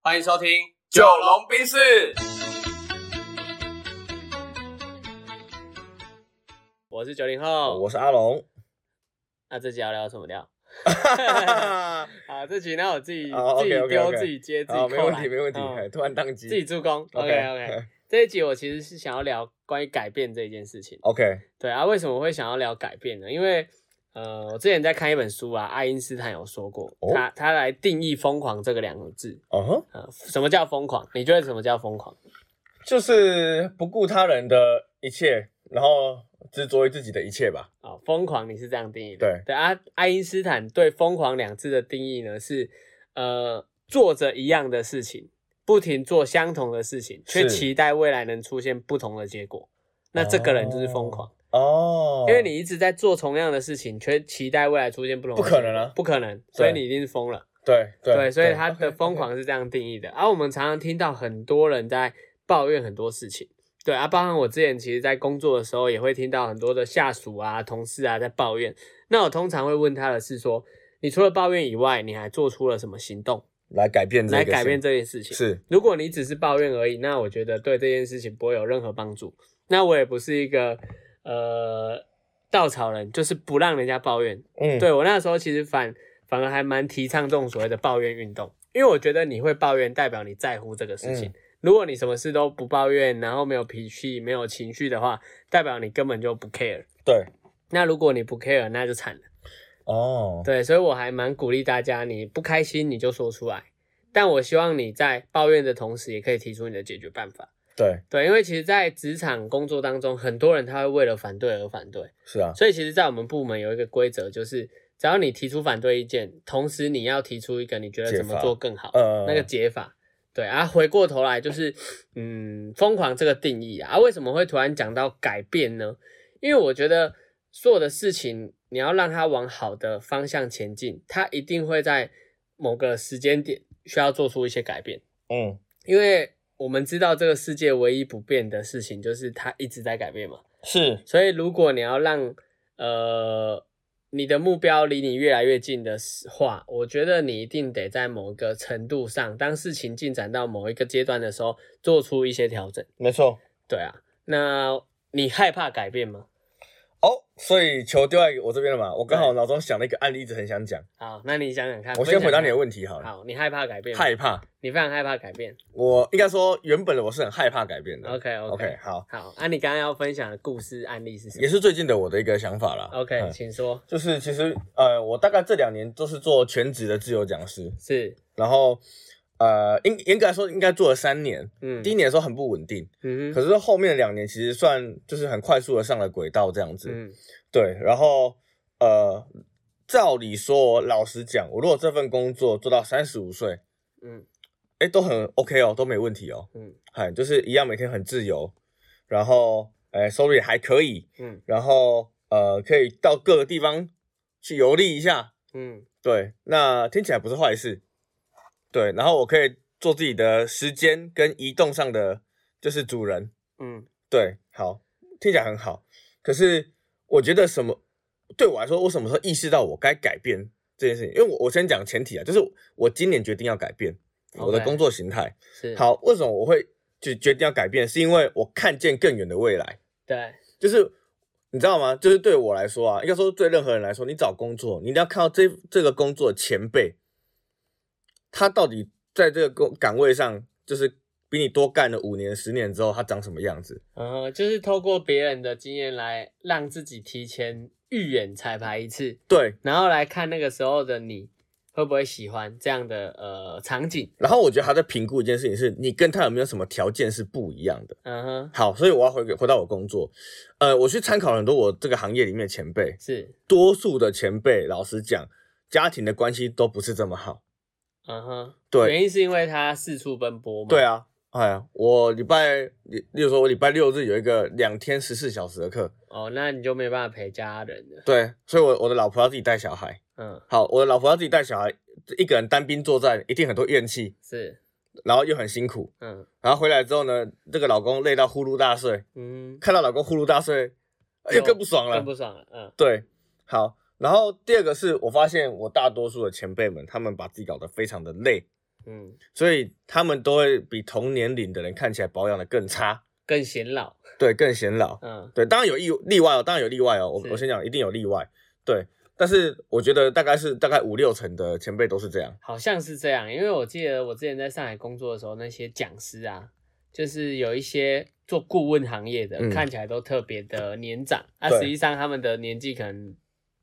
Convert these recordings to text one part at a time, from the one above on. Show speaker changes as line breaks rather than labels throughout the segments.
欢迎收听《
九龙冰室，
我是九零后。
我是阿龙。
那、这集要聊什么料？
啊，
啊，这集呢我自己、
哦
自己
OK，OK，OK
丢、自己接、 自己扣
没问题，
篮
没问题
嗯。
嘿突然宕机。
自己助攻。OK OK，这一集我其实是想要聊关于改变这件事情。
OK，
对啊，为什么会想要聊改变呢？因为呃，我之前在看一本书啊，爱因斯坦有说过，
哦
他他来定义“疯狂”这个两个字。
哦吼，
呃，什么叫疯狂？你觉得什么叫疯狂？
就是不顾他人的一切，然后执着于自己的一切吧。
哦，疯狂你是这样定义的。对
对
啊，爱因斯坦对“疯狂”两字的定义呢是，呃，做着一样的事情，不停做相同的事情，却
是
期待未来能出现不同的结果。那这个人就是疯狂，
哦，
因为你一直在做同样的事情，却期待未来出现不同的
不可能啊
结果不可能，所以
对
你一定是疯了。
对对
对，所以他的
OK，OK
疯狂是这样定义的。啊而、我们常常听到很多人在抱怨很多事情，对啊，包含我之前其实在工作的时候也会听到很多的下属啊、同事啊在抱怨。那我通常会问他的是说，你除了抱怨以外，你还做出了什么行动
来改变这个
来
事
改变这件事情？
是
如果你只是抱怨而已，那我觉得对这件事情不会有任何帮助。那我也不是一个呃稻草人，就是不让人家抱怨，
嗯
对我那时候其实反反而还蛮提倡这种所谓的抱怨运动，因为我觉得你会抱怨，代表你在乎这个事情。
嗯
如果你什么事都不抱怨，然后没有脾气、没有情绪的话，代表你根本就不 care。
对
那如果你不 care，那就惨了。
哦
对，所以我还蛮鼓励大家，你不开心你就说出来，但我希望你在抱怨的同时，也可以提出你的解决办法。
对
对，因为其实，在职场工作当中，很多人他会为了反对而反对，
是啊
所以其实，在我们部门有一个规则，就是只要你提出反对意见，同时你要提出一个你觉得
解
怎么
法
做更好，
呃
那个解法。对啊，回过头来就是，嗯，疯狂这个定义啊，啊为什么会突然讲到改变呢？因为我觉得所有的事情，你要让它往好的方向前进，它一定会在某个时间点需要做出一些改变。
嗯
因为我们知道这个世界唯一不变的事情就是它一直在改变嘛。
是
所以如果你要让呃你的目标离你越来越近的话，我觉得你一定得在某个程度上，当事情进展到某一个阶段的时候，做出一些调整。
没错
对啊，那你害怕改变吗？
哦。所以球丢在我这边了嘛？我刚好
对
脑中想了一个案例，一直很想讲。
好，那你想想看。
我先回答你的
问
问题好了。
好，你害怕改变吗？
害怕，
你非常害怕改变。
我应该说原本的我是很害怕改变的。
OK OK,
嗯 OK，好，
好，那、你刚刚要分享的故事案例是什
也
么
是最近的我的一个想法啦。
？OK，、
嗯
请说。
就是其实呃，我大概这两年都是做全职的自由讲师，
是，
然后呃，应严格来说应该做了三年。
嗯，
第一年的时候很不稳定，
嗯
可
哼，
是后面两年其实算就是很快速的上了轨道这样子。
嗯
对，然后呃，照理说，老实讲，我如果这份工作做到三十五岁，
嗯
哎，都很 OK 哦，都没问题哦，
嗯
嗨，就是一样每天很自由，然后哎收入也还可以，
嗯
然后呃，可以到各个地方去游历一下。
嗯
对，那听起来不是坏事。对，然后我可以做自己的时间跟移动上的就是主人。
嗯
对，好，听起来很好。可是我觉得什么对我来说，我什么时候意识到我该改变这件事情？因为我我先讲前提啊，就是我今年决定要改变我的
OK
工作形态。
是，，
好，为什么我会就决定要改变？是因为我看见更远的未来。
对，
就是你知道吗？就是对我来说啊，应该说对任何人来说，你找工作，你一定要看到这这个工作的前辈，他到底在这个工岗位上，就是比你多干了五年、十年之后，他长什么样子？
呃，就是透过别人的经验来让自己提前预演彩排一次，
对。
然后来看那个时候的你会不会喜欢这样的呃场景。
然后我觉得他在评估一件事情是，你跟他有没有什么条件是不一样的。
嗯哼，
好，所以我要回回到我工作，呃，我去参考了很多我这个行业里面的前辈，
是，
多数的前辈，老实讲，家庭的关系都不是这么好。
嗯哼，
对，
原因是因为他四处奔波嘛。
对，啊，哎呀，我礼拜，例例如说，我礼拜六日有一个两天十四小时的课，
哦，那你就没办法陪家人了。
对，所以我我的老婆要自己带小孩。
嗯，
好，我的老婆要自己带小孩，一个人单兵作战，一定很多怨气，
是，
然后又很辛苦。
嗯
然后回来之后呢，这个老公累到呼噜大睡，
嗯，
看到老公呼噜大睡，呃
又
又更不爽了
更。不爽了。嗯
对，好。然后第二个是我发现我大多数的前辈们，他们把自己搞得非常的累，
嗯，
所以他们都会比同年龄的人看起来保养的更差，
更显老，
对，更显老。
嗯
对，当然有意例外哦，当然有例外哦。我
是
我先讲，一定有例外。对，但是我觉得大概是大概五六成的前辈都是这样。
好像是这样，因为我记得我之前在上海工作的时候，那些讲师啊，就是有一些做顾问行业的，
嗯
看起来都特别的年长，啊，
对
实际上他们的年纪可能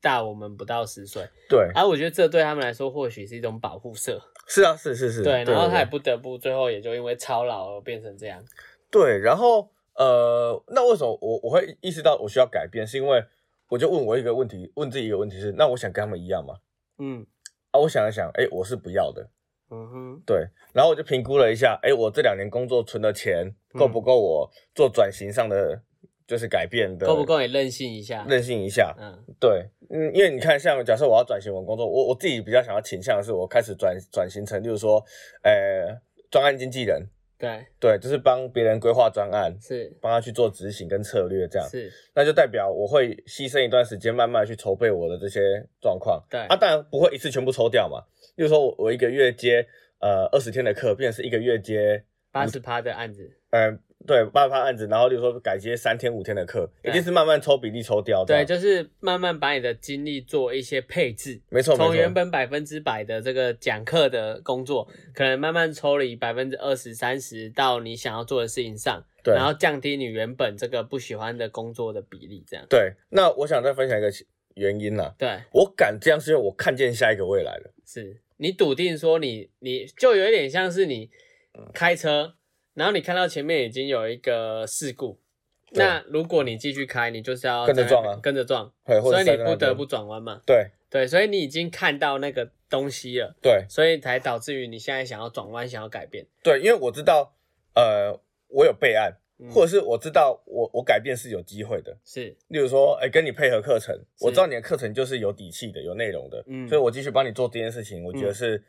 大我们不到十岁，
对，
啊，我觉得这对他们来说或许是一种保护色，
是啊，是是是。
对，然后他也不得不最后也就因为操劳而变成这样，
对，然后呃，那为什么我我会意识到我需要改变？是因为我就问我一个问题，问自己一个问题是：那我想跟他们一样吗？
嗯
啊，我想了想，哎，我是不要的。
嗯哼，
对，然后我就评估了一下，哎，我这两年工作存的钱
嗯
够不够我做转型上的就是改变的
够不够你任性一下？
任性一下？
嗯
对，嗯，因为你看，像假设我要转型我的工作，我我自己比较想要倾向的是，我开始转转型成，就是说，呃，专案经纪人，
对，
对，就是帮别人规划专案，
是
帮他去做执行跟策略这样，嗯
是，
那就代表我会牺牲一段时间，慢慢去筹备我的这些状况。
对
啊，当然不会一次全部抽掉嘛。例如说我我一个月接呃二十天的课，变成是一个月接，
八十趴的案子，
嗯、对，八趴案子，然后例如说改接三天五天的课，
对
一定是慢慢抽比例抽掉这
对，
样。
就是慢慢把你的精力做一些配置。
没错哦没
从
错，
原本百分之百的这个讲课的工作，可能慢慢抽离百分之二十、三十到你想要做的事情上，
对
然后降低你原本这个不喜欢的工作的比例，这样。
对。那我想再分享一个其原因啦，
对，
我敢这样是因为我看见下一个未来了。
是你笃定说你，你就有一点像是你开车，然后你看到前面已经有一个事故，
对
那如果你继续开，你就是要
跟着
在那边
撞啊
跟着撞，
对，或者
所以
塞
你
在那
不得
边
不转弯嘛。
对
对，所以你已经看到那个东西了，
对
所以才导致于你现在想要转弯，想要改变。
对，因为我知道，呃，我有备案，
嗯
或者是我知道我我改变是有机会的。
是，
例如说，哎、跟你配合课程，我知道你的课程就是有底气的、有内容的，
嗯
所以我继续帮你做这件事情，我觉得是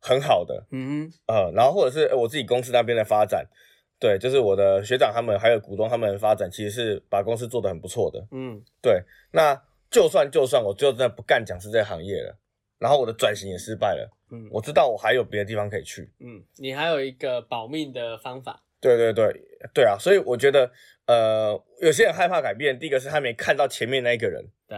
很好的。
嗯哼，
呃，然后或者是、哎我自己公司那边的发展，对，就是我的学长他们还有股东他们的发展，其实是把公司做得很不错的。
嗯，
对，那就算就算我最后真的不干讲师这个行业了，然后我的转型也失败了，
嗯
我知道我还有别的地方可以去。
嗯，你还有一个保命的方法，
对对对对啊，所以我觉得，呃，有些人害怕改变，第一个是他没看到前面那一个人，
对，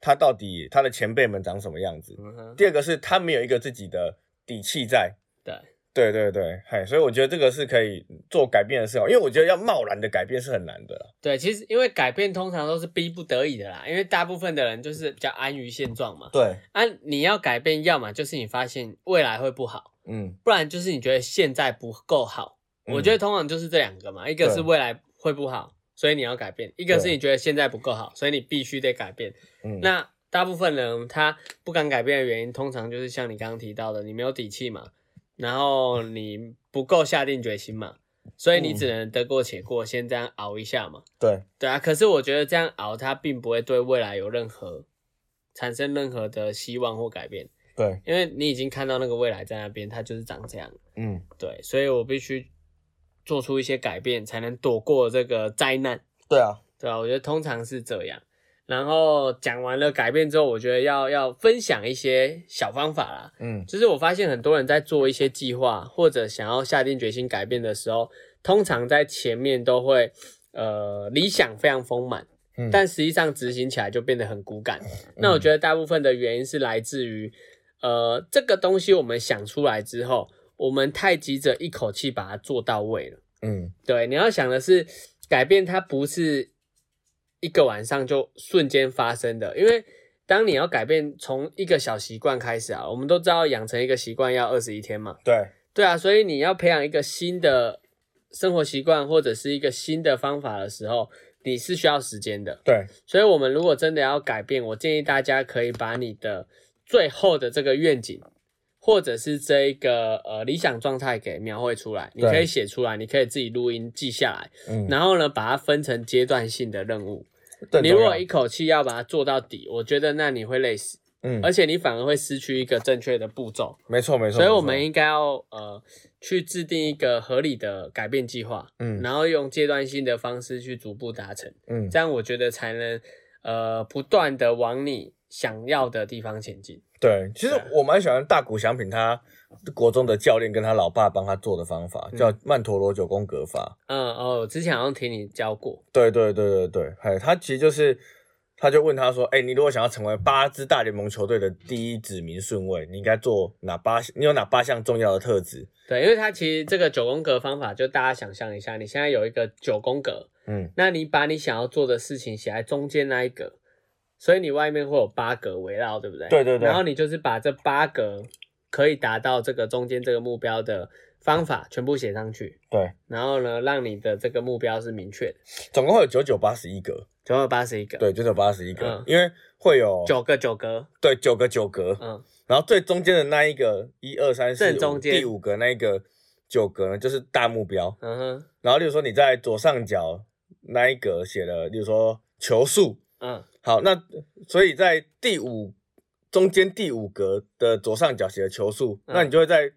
他到底他的前辈们长什么样子；
嗯哼，
第二个是他没有一个自己的底气在。
对，
对对对，嘿，所以我觉得这个是可以做改变的事哦，因为我觉得要贸然的改变是很难的啦。
对，其实因为改变通常都是逼不得已的啦，因为大部分的人就是比较安于现状嘛。
对，
啊，你要改变，要么就是你发现未来会不好，
嗯，
不然就是你觉得现在不够好。我
嗯
觉得通常就是这两个嘛，一个是
对
未来会不好，所以你要改变；一个是
对
你觉得现在不够好，所以你必须得改变。
嗯
那大部分人他不敢改变的原因，通常就是像你刚刚提到的，你没有底气嘛，然后你不够下定决心嘛，所以你
嗯
只能得过且过，先这样熬一下嘛。
对
对啊，可是我觉得这样熬，它并不会对未来有任何产生任何的希望或改变，
对，
因为你已经看到那个未来在那边，它就是长这样。
嗯，
对，所以我必须做出一些改变，才能躲过这个灾难。
对啊，
对啊，我觉得通常是这样。然后讲完了改变之后，我觉得要要分享一些小方法啦。
嗯，
就是我发现很多人在做一些计划或者想要下定决心改变的时候，通常在前面都会呃理想非常丰满，
嗯
但实际上执行起来就变得很骨感。那我觉得大部分的原因是来自于呃这个东西我们想出来之后，我们太急着一口气把它做到位了。
嗯，
对，你要想的是，改变它不是一个晚上就瞬间发生的，因为当你要改变从一个小习惯开始啊，我们都知道养成一个习惯要二十一天嘛，
对，
对啊，所以你要培养一个新的生活习惯或者是一个新的方法的时候，你是需要时间的。
对，
所以，我们如果真的要改变，我建议大家可以把你的最后的这个愿景，或者是这一个呃理想状态给描绘出来。你
对
可以写出来，你可以自己录音记下来，
嗯，
然后呢，把它分成阶段性的任务。
更
你
重
如果
要
一口气要把它做到底，我觉得那你会累死，
嗯，
而且你反而会失去一个正确的步骤。
没错没错，
所以，
没
我
错
们应该要呃去制定一个合理的改变计划，
嗯
然后用阶段性的方式去逐步达成。
嗯
这样我觉得才能呃不断的往你想要的地方前进。
对，其实
对啊
我蛮喜欢大谷翔平他国中的教练跟他老爸帮他做的方法，
嗯
叫曼陀罗九宫格法。
嗯哦，我之前好像听你教过，
对对对对对，嘿，他其实就是，他就问他说，哎、你如果想要成为八支大联盟球队的第一指名顺位，你应该做哪八？你有哪八项重要的特质？
对，因为它其实这个九宫格方法，就大家想象一下，你现在有一个九宫格，
嗯，
那你把你想要做的事情写在中间那一格，所以你外面会有八格围绕，对不对？
对对对
然后你就是把这八格可以达到这个中间这个目标的方法全部写上去，
对，
然后呢，让你的这个目标是明确的，
总共会有九九八十一格，
九百八十一格，，
对，九九八十一格，
嗯
因为会有
九个九格，
对九个九格，
嗯，
然后最中间的那一个一二三四
正中
五
间
第五格那一个九格呢，就是大目标。
嗯哼，
然后，例如说你在左上角那一格写了，例如说球速，
嗯
好，那所以在第五中间第五格的左上角写的球速，
嗯
那你就会在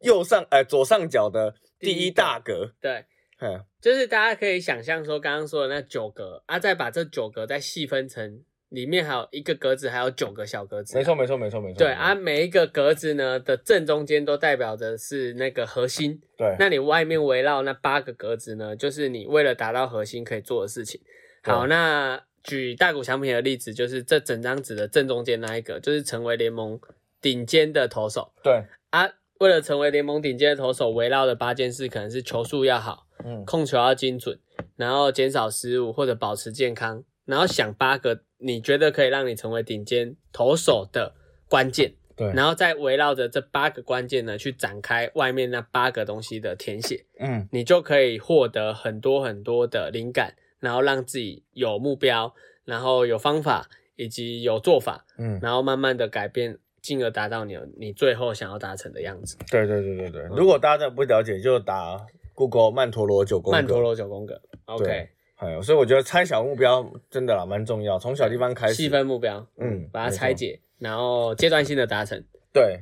右上呃左上角的第
第一
一
格
大格，
对。
嗯，
就是啊大家可以想象说，刚刚说的那九格啊，再把这九格再细分成里面还有一个格子，还有九个小格子、
没错，没错没错没错，
对
没错
啊，，每一个格子呢的正中间都代表着是那个核心，
对，
那你外面围绕那八个格子呢，就是你为了达到核心可以做的事情。
对啊
好，那举大谷翔平的例子，就是这整张纸的正中间那一个，就是成为联盟顶尖的投手
对，
啊。为了成为联盟顶尖的投手，围绕的八件事可能是球速要好，
嗯，
控球要精准，然后减少失误或者保持健康，然后想八个你觉得可以让你成为顶尖投手的关键，
对，
然后再围绕着这八个关键呢去展开外面那八个东西的填写，
嗯，
你就可以获得很多很多的灵感，然后让自己有目标，然后有方法以及有做法，
嗯，
然后慢慢的改变。进而达到你你最后想要达成的样子。
对对对对对，如果大家真的不了解，就打 Google 曼陀罗九宫格，
曼陀罗九宫格，OK，
哎呦，所以我觉得拆小目标真的啦，蛮重要，从小地方开始。
细分目标，
嗯
把它
没错
拆解，然后阶段性的达成。
对，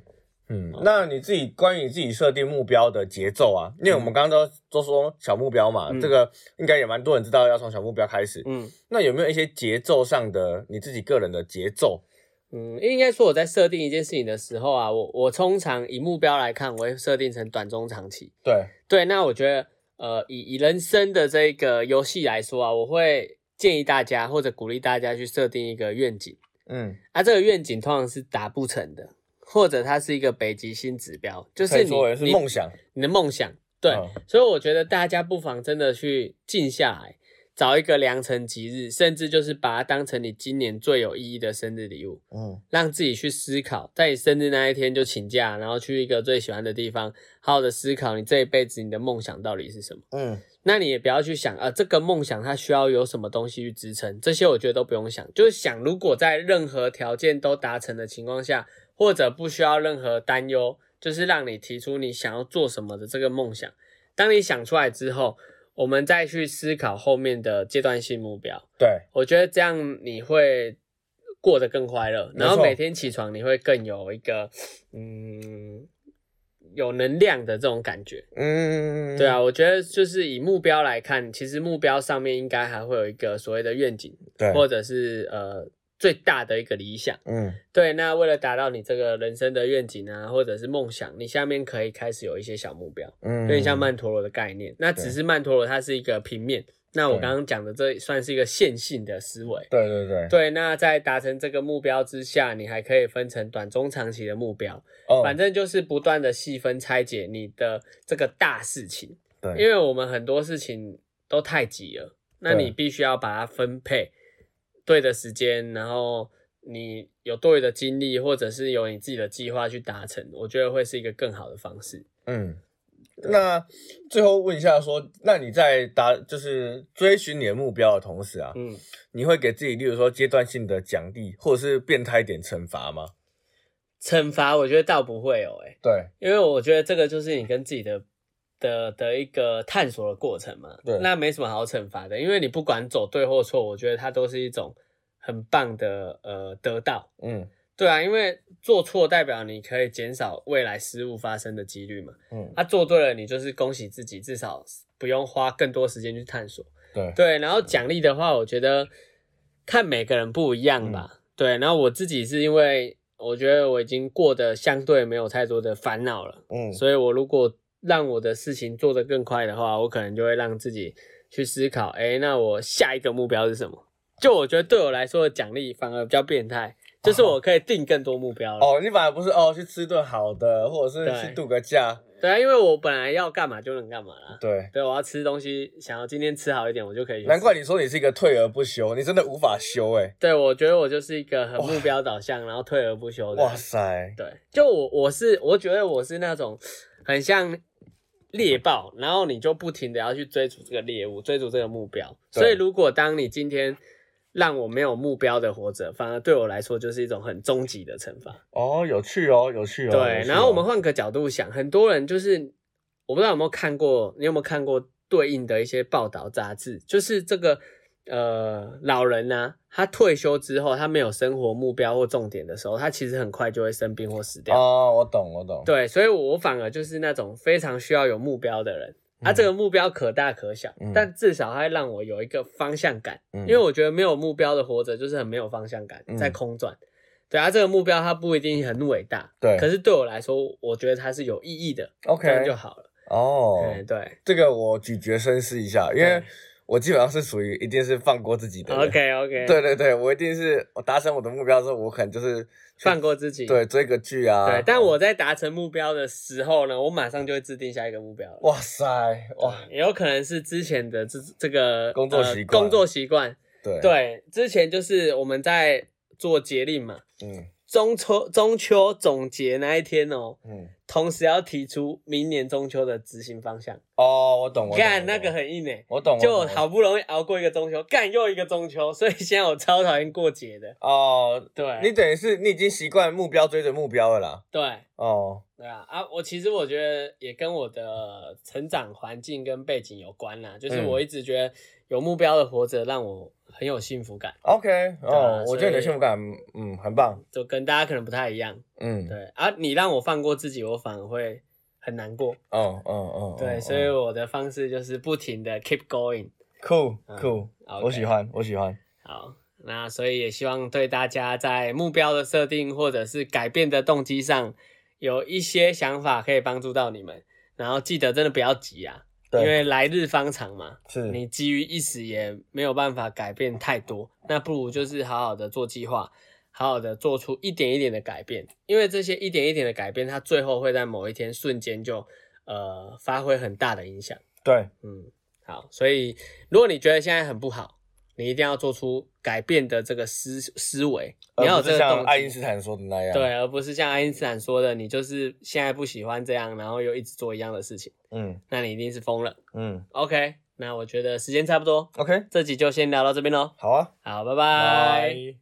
嗯，那你自己关于你自己设定目标的节奏啊，因为我们刚刚都都说小目标嘛，
嗯
这个应该也蛮多人知道要从小目标开始。
嗯
那有没有一些节奏上的你自己个人的节奏？
嗯，应该说我在设定一件事情的时候啊，我我通常以目标来看，我会设定成短中长期。
对，
对，那我觉得呃，以以人生的这个游戏来说啊，我会建议大家或者鼓励大家去设定一个愿景。
嗯，
啊，这个愿景通常是达不成的，或者它是一个北极星指标，就
可
是
以
你
说也是
你
梦想。
你的梦想。对，
嗯
所以我觉得大家不妨真的去静下来，找一个良辰吉日，甚至就是把它当成你今年最有意义的生日礼物，
嗯，
让自己去思考，在你生日那一天就请假，然后去一个最喜欢的地方，好好的思考你这一辈子你的梦想到底是什么。
嗯，
那你也不要去想啊、呃这个梦想它需要有什么东西去支撑，这些我觉得都不用想，就是想如果在任何条件都达成的情况下，或者不需要任何担忧，就是让你提出你想要做什么的这个梦想。当你想出来之后，我们再去思考后面的阶段性目标。
对，
我觉得这样你会过得更快乐，
没错
然后每天起床你会更有一个嗯有能量的这种感觉。
嗯，
对啊，，我觉得就是以目标来看，其实目标上面应该还会有一个所谓的愿景，
对，
或者是呃最大的一个理想。
嗯，
对，那为了达到你这个人生的愿景啊，或者是梦想，你下面可以开始有一些小目标，
嗯，
有点像曼陀罗的概念。那只是曼陀罗它是一个平面，那我
对
刚刚讲的这算是一个线性的思维。
对对对，
对，那在达成这个目标之下，你还可以分成短、中、长期的目标，
哦
反正就是不断的细分拆解你的这个大事情。因
对，
为我们很多事情都太急了，那
对
你必须要把它分配对的时间，然后你有多余的精力，或者是有你自己的计划去达成，我觉得会是一个更好的方式。
嗯。那最后问一下说那你在达就是追寻你的目标的同时啊，
嗯，
你会给自己，例如说阶段性的奖励，或者是变态一点惩罚吗？
惩罚我觉得倒不会有、欸，
对
因为我觉得这个就是你跟自己的。的的一个探索的过程嘛，
对
那没什么好惩罚的，因为你不管走对或错，我觉得它都是一种很棒的呃得到，
嗯
对啊，因为做错代表你可以减少未来失误发生的几率嘛。
嗯，
啊，做对了，你就是恭喜自己，至少不用花更多时间去探索。
对
对，然后奖励的话，我觉得看每个人不一样吧。对，然后我自己是因为我觉得我已经过得相对没有太多的烦恼了，
嗯，
所以我如果让我的事情做得更快的话，我可能就会让自己去思考，哎，那我下一个目标是什么？就我觉得对我来说的奖励反而比较变态，就是我可以定更多目标了。
哦，你反而不是哦去吃顿好的，或者
对
是去度个假，
对啊，因为我本来要干嘛就能干嘛啦。
对。
对，我要吃东西，想要今天吃好一点，我就可以去吃。
难怪你说你是一个退而不休，你真的无法休哎、
对，我觉得我就是一个很目标导向，然后退而不休的。
哇塞，
对，就我我是我觉得我是那种很像猎豹，然后你就不停的要去追逐这个猎物，追逐这个目标。
对
所以如果当你今天让我没有目标的活着，反而对我来说就是一种很终极的惩罚。
哦，有趣哦，有趣哦。有
对，
趣
然后我
哦
们换个角度想，很多人就是我不知道有没有看过，你有没有看过对应的一些报道杂志？就是这个呃老人呢、他退休之后，他没有生活目标或重点的时候，他其实很快就会生病或死掉。
哦，我懂，我懂。
对，所以我反而就是那种非常需要有目标的人。啊，
嗯
这个目标可大可小，
嗯
但至少它会让我有一个方向感。
嗯
因为我觉得没有目标的活着就是很没有方向感，
嗯
在空转。对啊，这个目标它不一定很伟大，
对
可是对我来说，我觉得它是有意义的，这样
OK
就好了。
哦，
嗯，对
这个我咀嚼深思一下，因为我基本上是属于一定是放过自己的人。
，OK OK，，
对对对，我一定是我达成我的目标之后，我可能就是去
放过自己。
对追个剧啊。
对，但我在达成目标的时候呢，我马上就会制定下一个目标了。
哇塞哇，
也有可能是之前的这这个
工作
呃
习惯
工作习惯，
对
对，之前就是我们在做节令嘛，
嗯
中秋中秋总结那一天哦，
嗯
同时要提出明年中秋的执行方向。
哦，我懂我懂。
干
我
那
懂
个，很硬诶、
我懂，我
就
懂
好不容易熬过一个中秋，干又一个中秋，所以现在我超讨厌过节的。
哦。
对，
你等于是你已经习惯目标追着目标了啦。
对
哦，
对啊啊！我其实我觉得也跟我的成长环境跟背景有关啦，就是
嗯
我一直觉得有目标的活着让我很有幸福感，
OK，
啊
哦，我觉得
所以
你的幸福感，嗯，很棒，
就跟大家可能不太一样。
嗯，
对啊，你让我放过自己，我反而会很难过。
哦哦哦，
对，
哦
所以我的方式就是不停的 keep going。
酷
嗯
酷，
OK
我喜欢，我喜欢。
好，那所以也希望对大家在目标的设定或者是改变的动机上，有一些想法可以帮助到你们。然后记得真的不要急啊，因
对
为来日方长嘛，
是
你急于一时也没有办法改变太多，那不如就是好好的做计划，好好的做出一点一点的改变，因为这些一点一点的改变，它最后会在某一天瞬间就呃发挥很大的影响。
对，
嗯，好，所以如果你觉得现在很不好，你一定要做出改变的这个思思维，你要
而
有
不
这
是
个动
像
机
爱因斯坦说的那样。，
对，而不是像爱因斯坦说的，你就是现在不喜欢这样，然后又一直做一样的事情，
嗯
那你一定是疯了。
嗯
OK，那我觉得时间差不多，
，OK，
这集就先聊到这边喽。
好啊，
好，拜拜。
拜。